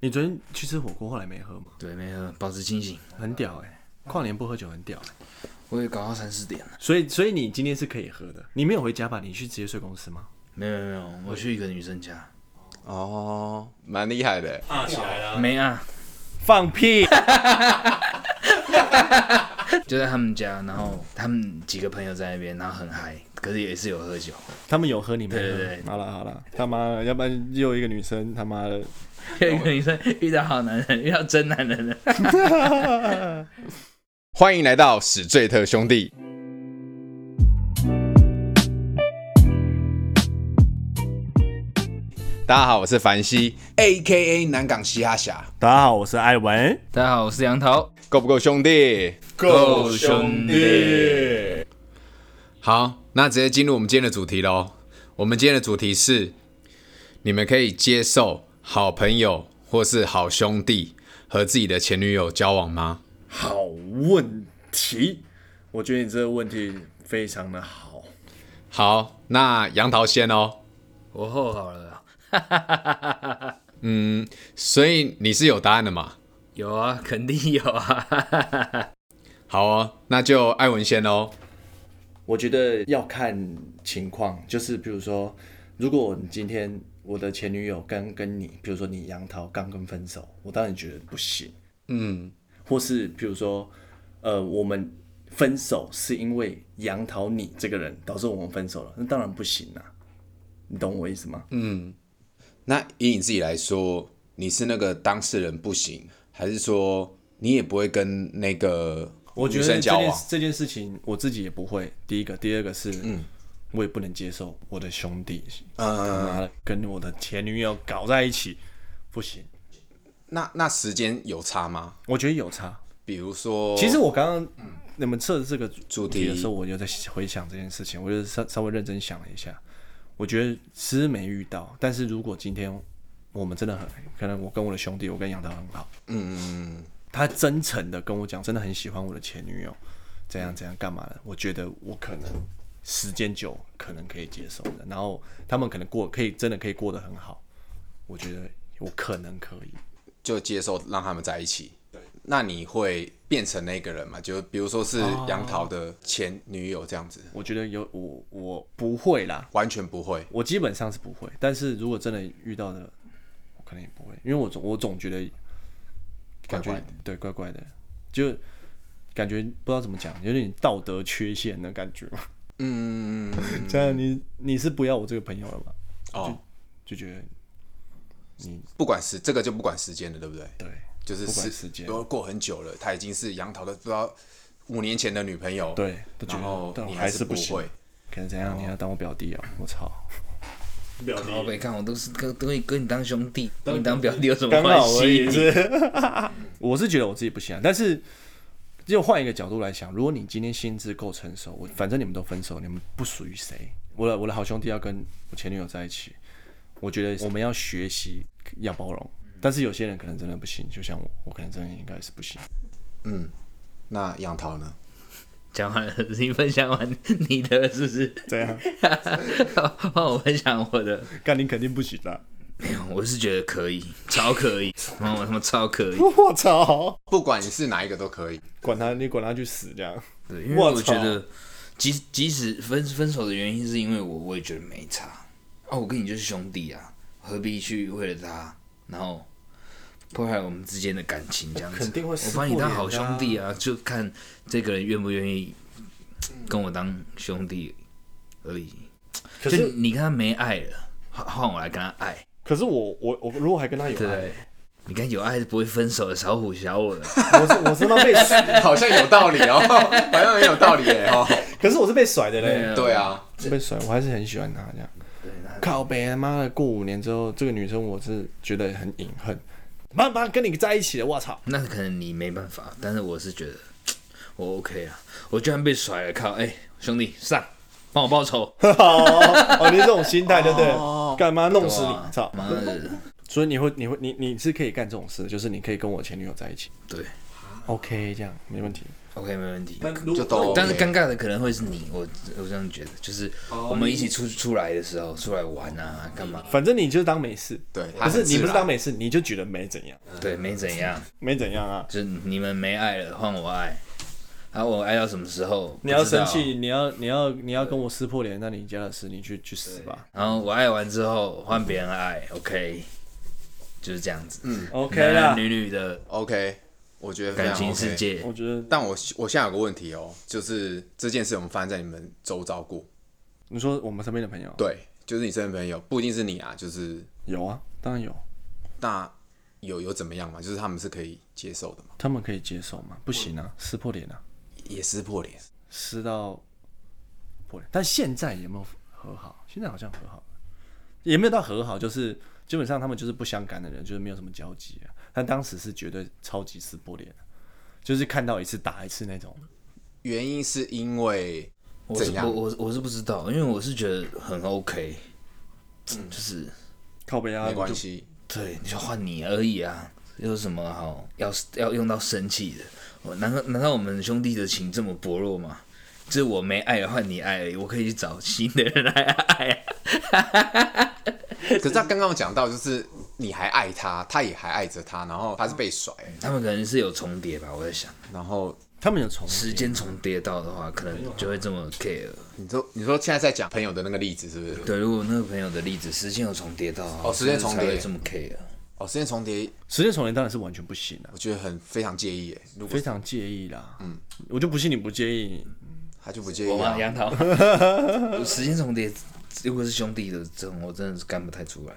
你昨天去吃火锅，后来没喝吗？对，没喝，保持清醒。很屌哎、跨年不喝酒很屌、欸。我也搞到三四点了。所以，所以你今天是可以喝的。你没有回家吧？你去直接睡公司吗？没有没有没有，我去一个女生家。哦，蛮厉害的。没啊，放屁！就在他们家，然后他们几个朋友在那边，然后很嗨，可是也是有喝酒。 他们有喝，你没喝。对对对好了好了，他妈的，要不然又一个女生，他妈的。有 一个女生遇到好男人，遇到真男人了。欢迎来到史最特兄弟。大家好，我是凡西，A K A 南港嘻哈侠，大家好，我是艾文。 大家好，我是杨桃。够不够兄弟？够兄弟。好，那直接进入我们今天的主题喽。我们今天的主题是：你们可以接受好朋友或是好兄弟和自己的前女友交往吗？好问题，我觉得你这个问题非常的好。好，那杨桃先哦。我后好了。所以你是有答案的嘛？有啊，肯定有 啊。好哦，那就艾文先哦喽。我觉得要看情况，就是比如说，如果你今天我的前女友刚跟你，比如说你杨桃刚跟分手，我当然觉得不行。嗯，或是比如说，呃，我们分手是因为杨桃你这个人导致我们分手了，那当然不行啦、你懂我意思吗？嗯那以你自己来说，你是那个当事人不行，还是说你也不会跟那个我觉女得生这交件往？这件事情我自己也不会。第一个，第二个是，我也不能接受我的兄弟，啊他妈的跟我的前女友搞在一起，不行。那那时间有差吗？我觉得有差。嗯比如说，其实我刚刚你们测这个主主题题的时候，我有在回想这件事情，我就稍稍微认真想了一下，我觉得其实没遇到，但是如果今天我们真的很，可能我跟我的兄弟，我跟杨桃很好，嗯，他真诚的跟我讲，真的很喜欢我的前女友，怎样怎样干嘛的，我觉得我可能时间久可能可以接受的，然后他们可能过可以真的可以过得很好，我觉得我可能可以，就接受让他们在一起。那你会变成那个人吗？就比如说是哦杨桃的前女友这样子，我觉得有我我不会啦，完全不会。我基本上是不会，但是如果真的遇到的，我可能也不会，因为我总我总觉得感觉怪怪的对怪怪的，就感觉不知道怎么讲，有点道德缺陷的感觉。嗯，这样你你是不要我这个朋友了吧？哦，就觉得你不管时这个就不管时间了，对不对？对就是不管是时间都过很久了，她已经是杨桃的不知道五年前的女朋友。，对，都觉然得后但我你还是不行会。。可能怎样？你要当我表弟啊？我操！靠北看我都是跟跟你跟你当兄弟，跟你当表弟有什么刚关好而已系？是， 我是觉得我自己不行啊，但是就换一个角度来想，如果你今天心智够成熟，我反正你们都分手，你们不属于谁，我的我的好兄弟要跟我前女友在一起，我觉得我们要学习要包容，但是有些人可能真的不行，就像我，我可能真的应该是不行。那杨桃呢？ 讲完了，你分享完你的是不是？这样， 换我分享我的。干你肯定不行啊的、 我是觉得可以，超可以，妈我他妈超可 以。我操！ 不管你是哪一个都可以。 管他，你管他去死这样。对，因为我我操觉得，即即使分分手的原因是因为我，我也觉得没差啊。我跟你就是兄弟啊，何必去为了他，然后破坏我们之间的感情这样子？肯定会撕我把你破当脸好的啊兄弟啊，就看这个人愿不愿意跟我当兄弟而已。可，就是你跟他没爱了，换换我来跟他爱，可是我我我如果还跟他有对不爱对，？你跟有爱是不会分手的，小虎小我的。我是我是那被 死，好像有道理哦， 好像很有道理耶 哦。可是我是被甩的嘞。对啊，被甩，我还是很喜欢她这样。对，那靠北他妈的，过五年之后，这个女生我是觉得很隐恨，妈妈跟你在一起了，我操！那可能你没办法，但是我是觉得我 OK 啊，我居然被甩了，靠！哎、兄弟上，帮我报仇， 哦，你这种心态对不对？干嘛弄死哇你？操！哦啊妈的，所以你会，你会，你你是可以干这种事的，就是你可以跟我前女友在一起。对， OK 这样没问题。 OK，没问题。就都 OK 哦但是尴尬的可能会是你，我我这样觉得，就是我们一起出出来的时候，出来玩啊，干嘛？反正你就是当没事，对他不是很自你不是然当没事，你就觉得没怎样，对，没怎样，没怎样啊。就是你们没爱了，换我爱，然、后我爱到什么时候？你要不知道生气，，你要你要你要跟我撕破脸，那你家的事你去去死吧。然后我爱完之后换别人爱，OK，就是这样子。嗯 OK 男啦男，女女的 OK，我觉得非感常情 OK 世。界我觉得但我我现在有个问题哦，就是这件事有没有发生在你们周遭过？你说我们身边的朋友，对，就是你身边朋友，不一定是你啊，就是有啊，当然有，那有有怎么样嘛？就是他们是可以接受的嘛，他们可以接受吗？不行啊，撕破脸啊，也撕破脸。撕到破脸。但现在有没有和好？现在好像和好了，也没有到和好，就是基本上他们就是不相干的人，就是没有什么交集啊。但当时是绝对超级撕破脸，啊就是看到一次打一次那种。原因是因为我是怎我样？我我是不知道，因为我是觉得很 OK，、就是嗯靠北啊，没关系，对，就换你而已啊，有什么好要要用到生气的？我难道难道我们兄弟的情这么薄弱吗？就是我没爱了换你爱而已，我可以去找新的人来爱啊。 可是他刚刚有讲到，就是你还爱他，他也还爱着他，然后他是被甩，他们可能是有重叠吧，我在想，然后他们有重时间重叠到的话，可能就会这么 care。你说你说现在在讲朋友的那个例子是不是？对，如果那个朋友的例子时间有重叠到的话，哦时间重叠才会这么 care。哦，时间重叠，时间重叠当然是完全不行啊，我觉得很非常介意耶。如果非常介意啦。嗯，我就不信你不介意。他就不介我意、吗？啊，杨 桃，时间重叠，如果是兄弟的这种，我真的是干不太出来，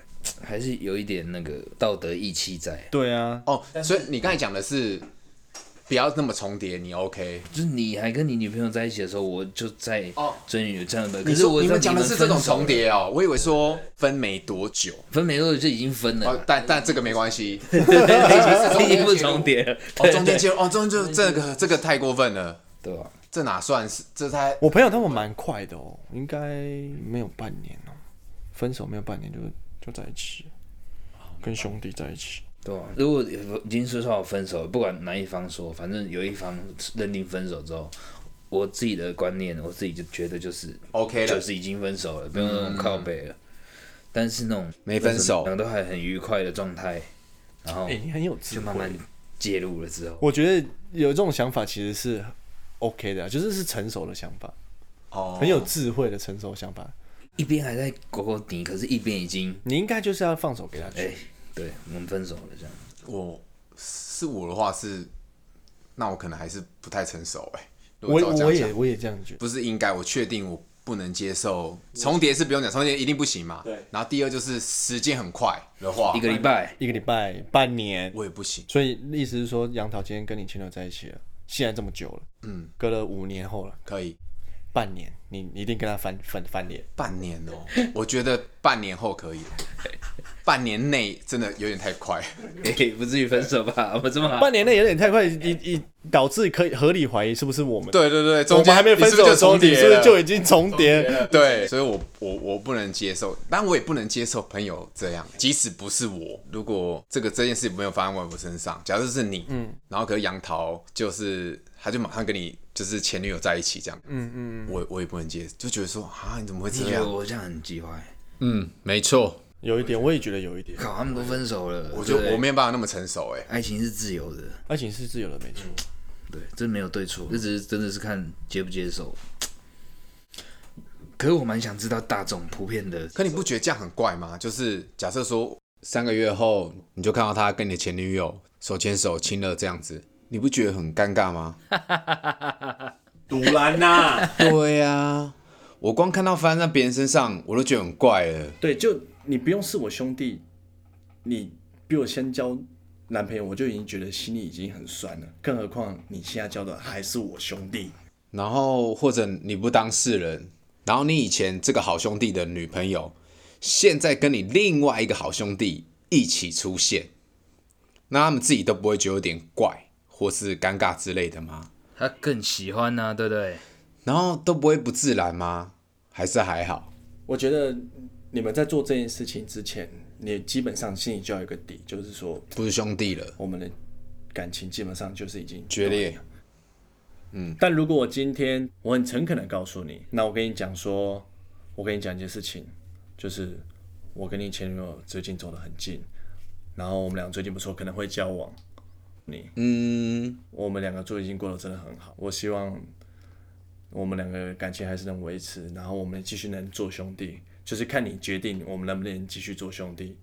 还是有一点那个道德义气在。对啊，哦，所以你刚才讲的是不要那么重叠，你 OK？就是你还跟你女朋友在一起的时候，我就在哦追女这样的。可你是说我你知道们讲的是这种重分手了，叠哦，我以为说分没多久分没多久就已经分哦 了，，但但这个没关系。已经不重叠了， 哦，中间切入哦，中间就这个这个太过分了， 对啊吧？这哪算是这才我朋友他们蛮快的哦，应该没有半年哦，分手没有半年就就在一起，跟兄弟在一起。对啊，如果已经说好分手了，不管哪一方说，反正有一方认定分手之后，我自己的观念，我自己就觉得就是 OK 就了？是已经分手了，不用那嗯种靠背了。但是那种没分手两个都还很愉快的状态，然后哎、你很有智哦就慧。慢慢介入了之后，我觉得有这种想法其实是 OK 的啊、就是是成熟的想法，哦，很有智慧的成熟想法。一边还在勾勾底，可是一边已经你应该就是要放手给他哎、去。对我们分手了这样。我是我的话是，那我可能还是不太成熟哎、如我果照这样我也想我也这样觉得。不是应该，我确定我不能接受重叠是不用讲，重叠一定不行嘛。对然后第二就是时间很快的话，一个礼拜，一个礼拜、半年，我也不行。所以意思是说，杨桃今天跟你前女友在一起了，现在这么久了，嗯，隔了五年后了，可以半年，你你一定跟他翻翻翻脸。半年哦、我觉得半年 后可以，半年内真的有点太快。哎、不至于分手吧？我们这么好，半年内有点太快，以以导致可以合理怀疑是不是我们。对对对，我中们间还没分手的时候，你你是是不不是是就就已已经重叠？经 对，所以我我我不能接受，但我也不能接受朋友这样，即使不是我，如果这个这件事没有发生在我身上，假设是你，嗯，然后可是杨桃就是他就马上跟你就是前女友在一起这样，嗯嗯，我我也不能接，就觉得说啊你怎么会你这觉得样？我这样很鸡坏？嗯，没错，有一点，我也觉得有一点。靠，他们都分手了，我我觉得我没有办法那么成熟哎、爱情是自由的，爱情是自由的，没错。对，这没有对错，这只是真的是看接不接受。可是我蛮想知道大众普遍的，可你不觉得这样很怪吗？就是假设说三个月后你就看到他跟你的前女友手牵手亲了这样子，你不觉得很尴尬吗？堵拦呐！对呀、我光看到发生在别人身上，我都觉得很怪了。 对，就你不用是我兄弟，你比我先交男朋友，我就已经觉得心里已经很酸了，更何况你现在交的还是我兄弟。然后或者你不当事人，然后你以前这个好兄弟的女朋友，现在跟你另外一个好兄弟一起出现，那他们自己都不会觉得有点怪或是尴尬之类的吗？他更喜欢呢、对不对？然后都不会不自然吗？还是还好？我觉得你们在做这件事情之前，你基本上心里就要有一个底，就是说不是兄弟了，我们的感情基本上就是已经决裂。但如果我今天我很诚恳的告诉你，那我跟你讲说，我跟你讲一件事情，就是我跟你前女友最近走得很近，然后我们俩最近不错，可能会交往。你，嗯，我们两个最近过得真的很好，我希望我们两个感情还是能维持，然后我们继续能做兄弟，就是看你决定我们能不能继续做兄弟。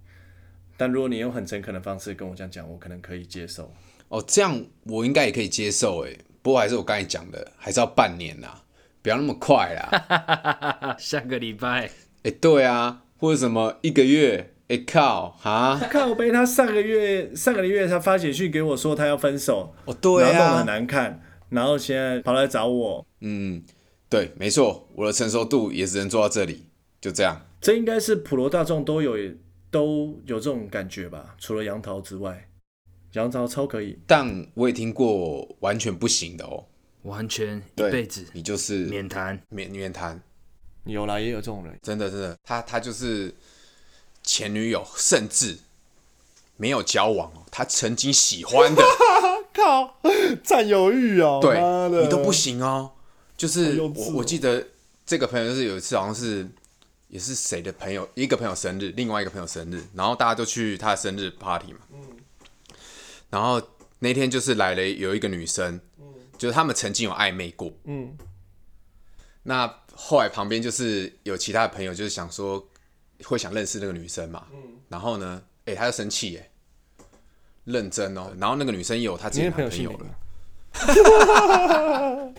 但如果你用很诚恳的方式跟我这样讲，我可能可以接受。哦，这样我应该也可以接受哎，不过还是我刚才讲的，还是要半年啦，不要那么快啦。下个礼拜哎，对啊，或者什么一个月，哎靠哈， 靠背，他上个月上个月他发简讯给我说他要分手，哦对啊然后弄得很难看，然后现在跑来找我，嗯对，没错，我的承受度也只能做到这里，就这样。这应该是普罗大众都有都有这种感觉吧？除了杨桃之外，杨桃超可以，但我也听过完全不行的哦，完全一对，辈子你就是免谈。免免谈，有啦，也有这种人，真的真的，他他就是前女友，甚至没有交往哦，他曾经喜欢的，靠， 占有欲哦，妈的对你都不行哦。就是幼我稚我哦记得这个朋友就是有一次好像是也是谁的朋友，一个朋友生日，另外一个朋友生日，然后大家就去他的生日 party 嘛。然后那天就是来了有一个女生，就是他们曾经有暧昧过，嗯，那后来旁边就是有其他的朋友，就是想说会想认识那个女生嗯嘛，然后呢，哎、他就生气耶，认真哦，然后那个女生有她自你己那的朋男友朋姓友林吗，了，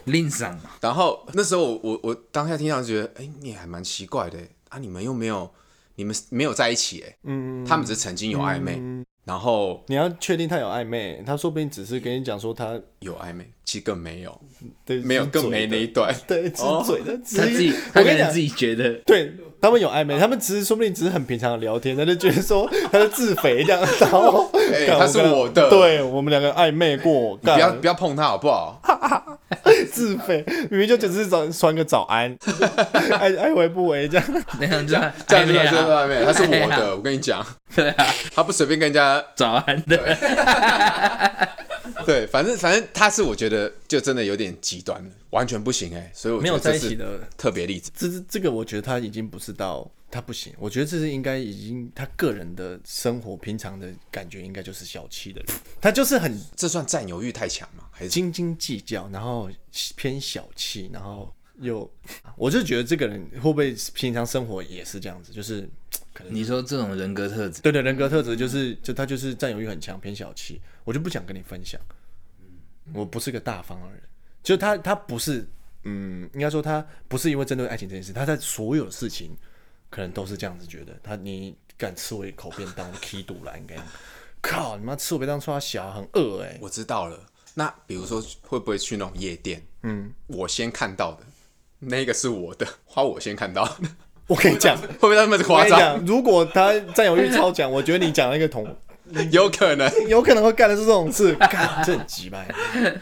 令赏嘛，然后那时候我我我当下听到就觉得，哎、你还蛮奇怪的啊，你们又没有你们没有在一起哎，嗯，他们只是曾经有暧昧，然后你要确定他有暧昧，他说不定只是跟你讲说他有暧昧，其实更没有，对没有更没那一，段，对，只是嘴的，他哦他自己，他我可跟你哦能讲自。己觉得对他们有暧昧，他们只是说不定只是很平常的聊天，他就觉得 说他在自肥这样，然后哎干他哎是跟我的对我们两个暧昧过，你不要干不要碰他好 不好？哎自肥，明明就只是早传个早 安，爱爱回不回这样，那样就这暧样真昧的就是啊，暧昧，他是我哎的，我跟 你讲，啊他不随便跟人家早安的，对，反正反正他是我觉得就真的有点极端了，完全不行哎、所以我觉没有得在这一起是的，特别例子。这是这个我觉得他已经不是到他不行，我觉得这是应该已经他个人的生活平常的感觉应该就是小气的人，他就是很这算占有欲太强吗？还是斤斤计较，然后偏小气，然后又，我就觉得这个人会不会平常生活也是这样子，就是可能你说这种人格特质，对的人格特质就是就他就是占有欲很强，偏小气，我就不想跟你分享，我不是个大方的人，就他他不是嗯，应该说他不是因为针对爱情这件事，他在所有的事情可能都是这样子觉得，他你敢吃我一口便当，我踢肚来，你敢。靠！你妈吃我便当，说他小，很饿哎、我知道了。那比如说会不会去那种夜店？嗯，我先看到的那个是我的，花我先看到的， 我跟你讲， 会不会那么我夸跟你张？讲，如果他占有欲超强，我觉得你讲那个同，有可能。有可能会干的是这种事，干这很鸡掰。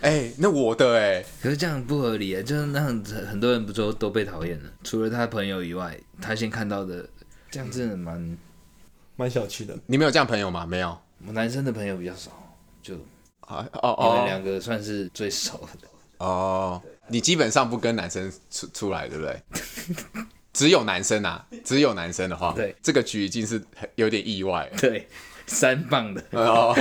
哎、那我的哎、可是这样不合理啊，就是那很很多人不都都被讨厌了，除了他朋友以外，他先看到的，这样真的蛮，蛮小气的。你们有这样朋友吗？没有。我男生的朋友比较少，就你啊哦们哦两个算是最熟的。 哦，你基本上不跟男生出出来，对不 对？只有男生啊，只有男生的话，对这个局已经是很有点意外 了。对，三棒的，哦，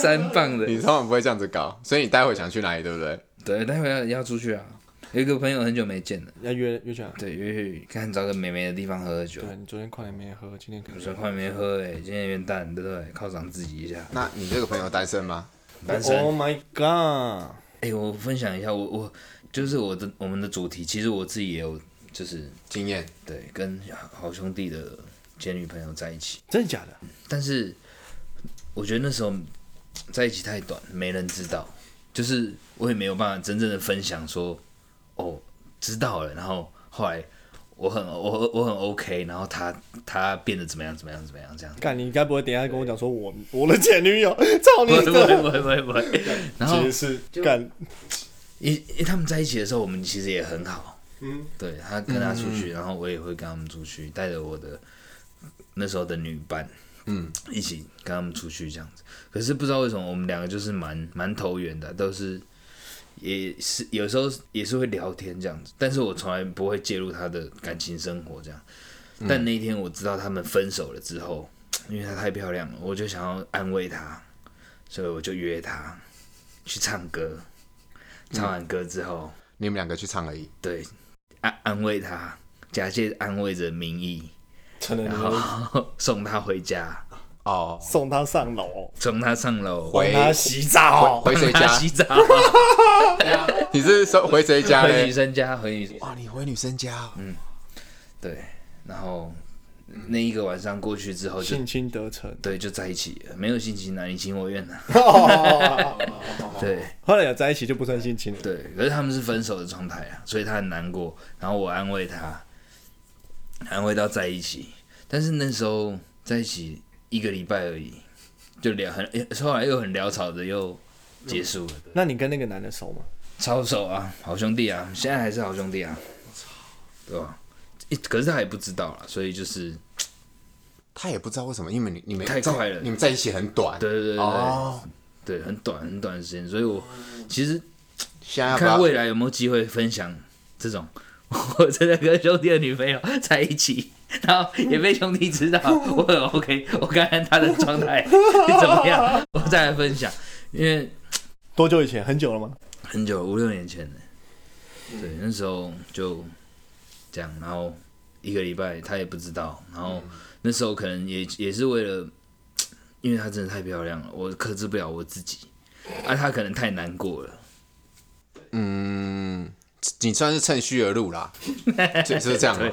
三棒的你。通常不会这样子搞，所以你待会想去哪里，对不对？对，待会要要出去啊。有一个朋友很久没见了，要约约去哪？对，约去看找个美美的地方喝喝酒。对你昨天快点没喝，今天可我以。说快没喝哎、今天元旦对不对？犒赏自己一下。那你这个朋友单身吗？单身 Oh my god！哎、我分享一下，我我就是我的我们的主题，其实我自己也有，就是经验对跟好兄弟的前女朋友在一起，真的假的？但是我觉得那时候在一起太短，没人知道，就是我也没有办法真正的分享说，哦，知道了，然后后来我很我我很 OK，然后他他变得怎么样怎么样怎么样这样，干，你该不会等一下跟我讲说我我的前女友 操 不你会不会的？不会不会不会，然后其实是干，因因为他们在一起的时候，我们其实也很好。嗯，对他跟他出去，然后我也会跟他们出去，带着我的那时候的女伴，嗯，一起跟他们出去这样子。可是不知道为什么，我们两个就是蛮蛮投缘的，都是也是有时候也是会聊天这样子，但是我从来不会介入他的感情生活这样。但那天我知道他们分手了之后，因为她太漂亮了，我就想要安慰她，所以我就约她去唱歌。唱完歌之后，你们两个去唱而已。对，安安慰她，假借安慰着名义，成了你然 后送她回家，哦，送他上楼，送她上楼，回帮他洗澡，回谁帮她 家？洗 澡，你是说回谁家回女嘞？生家，回女生。哇，你回女生家哦，对，然后那一个晚上过去之后就，性侵得逞。对，就在一起了，没有心情啊，你情我愿呐、哦对。后来有在一起就不算性侵了。对，可是他们是分手的状态啊，所以他很难过，然后我安慰他，安慰到在一起，但是那时候在一起一个礼拜而已，就聊很，诶后来又很潦草的又结束了，那你跟那个男的熟吗？超熟啊，好兄弟啊，现在还是好兄弟啊，对吧？诶可是他也不知道啦，所以就是他也不知道为什么，因为你你们太在快了你们在一起很短。对对对对对哦，对，很短很短的时间，所以我其实现在要不看要未来有没有机会分享这种， 我真的跟兄弟的女朋友在一起，然后也被兄弟 知道，我很 OK，我看看他的状态怎么 样，我再来分享。因为多久以前？很久了吗？很久五六年前了，对，嗯那时候就这样，然后一个礼拜他也不知道，然嗯后那时候可能也也是为了，因为她真的太漂亮了，我克制不了我自己，啊，她可能太难过了。嗯，你算是趁虚而入 啦，就是这样嘛。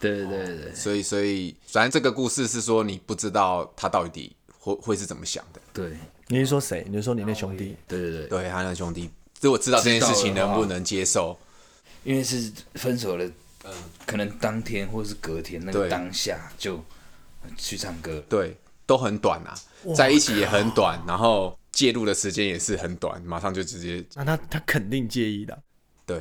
对对对对对所以，所以，反正这个故事是说，你不知道他到底会会是怎么想的。对你是说谁？你是说你那兄弟？对对对，对，他那兄弟，如果知道这件事情知道的能话不能接受？因为是分手了，可能当天或是隔天那对个当下就去唱歌，对，都很短啊，在一起也很短，然后介入的时间也是很短，马上就直接那他他肯定介意的。对。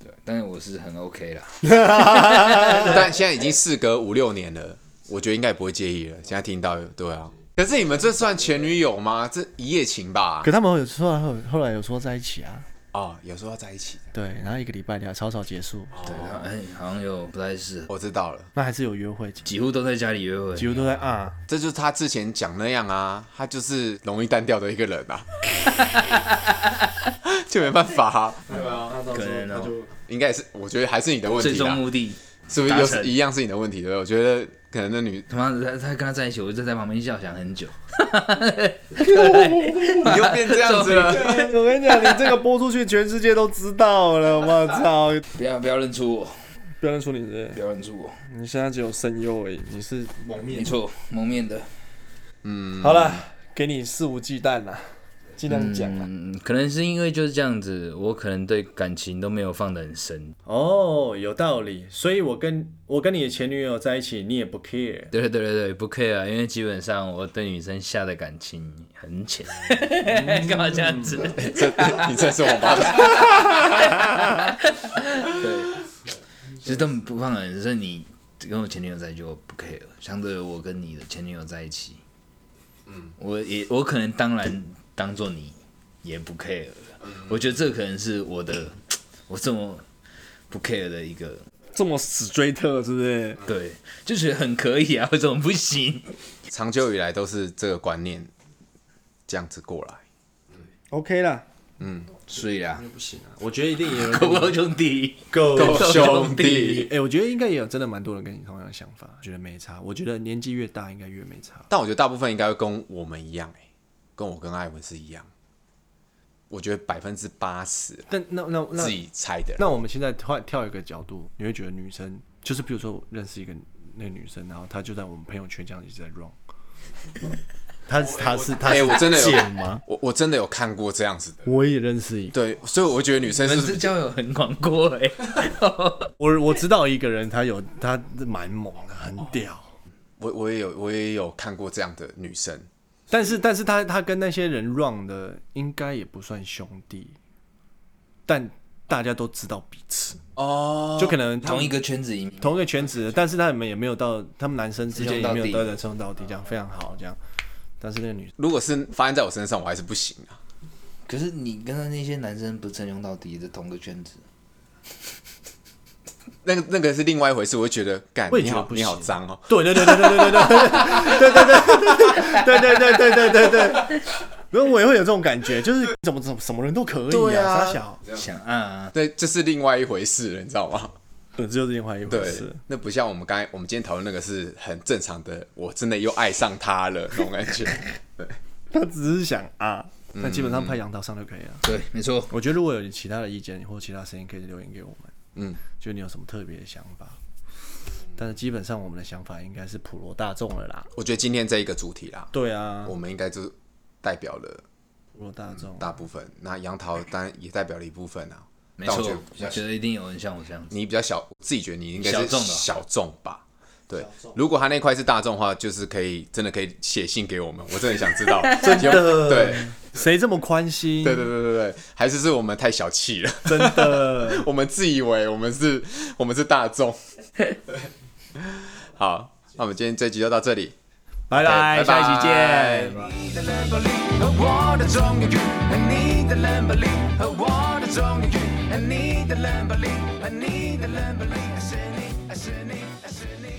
对，但是我是很 OK 啦， 但现在已经事隔五六年了，我觉得应该也不会介意了。现在听到，对啊。可是你们这算前女友吗？这一夜情吧？可他们有说后后来有说在一起啊，哦，有时候要在一起的。对，然后一个礼拜聊，草草结束，对，然后哎、好像有不太适合，我知道了，那还是有约会，几乎都在家里约会，几乎都在啊。 这就是他之前讲那样啊，他就是容易单调的一个人 啊，就没办法、啊。可能哦、应该也是，我觉得还是你的问最题终啦，目的是不是又达是成一样是你的问题？对不对，我觉得可能那女他妈的，他他跟他在一起，我就在旁边笑想很久， 你又变这样子了， 我跟你讲，你这个播出去，全世界都知道了。我操！不要不要认出我，不要认出你是，不要认出我，你现在只有声优而已，你是蒙没。错，蒙面的，好了，给你肆无忌惮啦，尽量讲啊啦。嗯，可能是因为就是这样子，我可能对感情都没有放得很深，哦，有道理。所以我跟我跟你的前女友在一起，你也不 care。对对对对，不 care 啊，因为基本上我对女生下的感情很浅。 干嘛这样子？ 这你这是我爸的，其实根本不放人，是你跟我前女友在一起，我不 care。相对于我跟你的前女友在一起，嗯，我也我可能当然当做你也不 care 了。我觉得这可能是我的我这么不 care 的一个，这么死追特是不是？对，就觉得很可以啊，为什么不行？长久以来都是这个观念这样子过来。 OK 啦，所以啊，不行啊，我觉得一定也有 人狗狗兄弟，够够兄兄弟弟。哎、我觉得应该也有真的蛮多人跟你同样的想法，觉得没差。我觉得年纪越大，应该越没差。但我觉得大部分应该会跟我们一样、欸，跟我跟艾文是一样。我觉得百分之八十但那那那自己猜的，那我们现在换跳一个角度，你会觉得女生就是，比如说我认识一个那个女生，然后她就在我们朋友圈这样一直在 run，她她是她哎、我真的有贱吗？我我真的有看过这样子的，我也认识一个，对，所以我觉得女生你是们这交友很广阔哎、我我知道一个人，他有他蛮猛的，很屌。我我也有我也有看过这样的女生，但是，但是他他跟那些人 run 的应该也不算兄弟，但大家都知道彼此，哦，就可能他们 同一个圈子里面，同一个圈子的，但是他们也没有到，他们男生之间也没有志到同道地人称到底，这样非常好，这样。但是那个女 如果是发生在我身上，我还是不行啊。可是你跟他那些男生不是称兄道弟的同个圈子，那个那个是另外一回事，我会觉得干我也你觉得好不你行好脏哦。对对对对对对对对对对对对对对对对对。然后我也会有这种感觉，就是怎么怎么什么人都可以对啊，啊傻小，想按啊，对，这是另外一回事了，你知道吗？对，这就是另外一回对事。，那不像我们刚才我们今天讨论那个是很正常的，我真的又爱上他了那种感 觉。对，他只是想啊，但基本上拍杨桃上就可以了。对，没错，我觉得如果有其他的意见或其他声音，可以留言给我们。嗯，就你有什么特别的想法？但是基本上我们的想法应该是普罗大众了啦。我觉得今天这一个主题啦，对啊，我们应该就是代表了普罗大众。大部分。那杨桃当然也代表了一部分啊，没但我错觉得，比较我觉得一定有人像我这样子，你比较小，我自己觉得你应该小是众的小众吧。对，如果他那块是大众的话，就是可以真的可以写信给我们，我真的想知 道。真的对，谁这么宽心？对对对对对，还是是我们太小气了，真的。 我们自以为我们是我们是 大众。好，那我们今天这集就到这里，拜拜， OK，下拜拜一集见。你的兰博利和我的终于，你的兰博利和我的终于，你的兰博利，你的兰博利，是你，是你，是你。